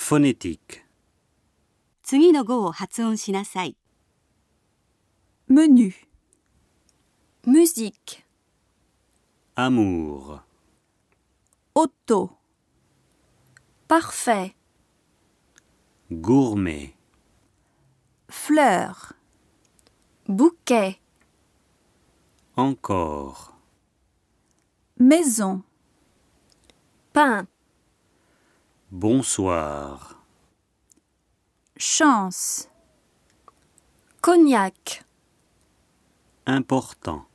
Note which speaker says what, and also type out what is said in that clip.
Speaker 1: Phonétique.
Speaker 2: 次の語を発音しなさい。
Speaker 3: menu,
Speaker 4: musique,
Speaker 1: Amour.
Speaker 3: auto,
Speaker 4: parfait,
Speaker 1: Gourmet.
Speaker 3: fleur,
Speaker 4: bouquet,
Speaker 1: Encore.
Speaker 3: maison,
Speaker 4: pain,
Speaker 1: Bonsoir.
Speaker 3: chance,
Speaker 4: cognac.
Speaker 1: Important.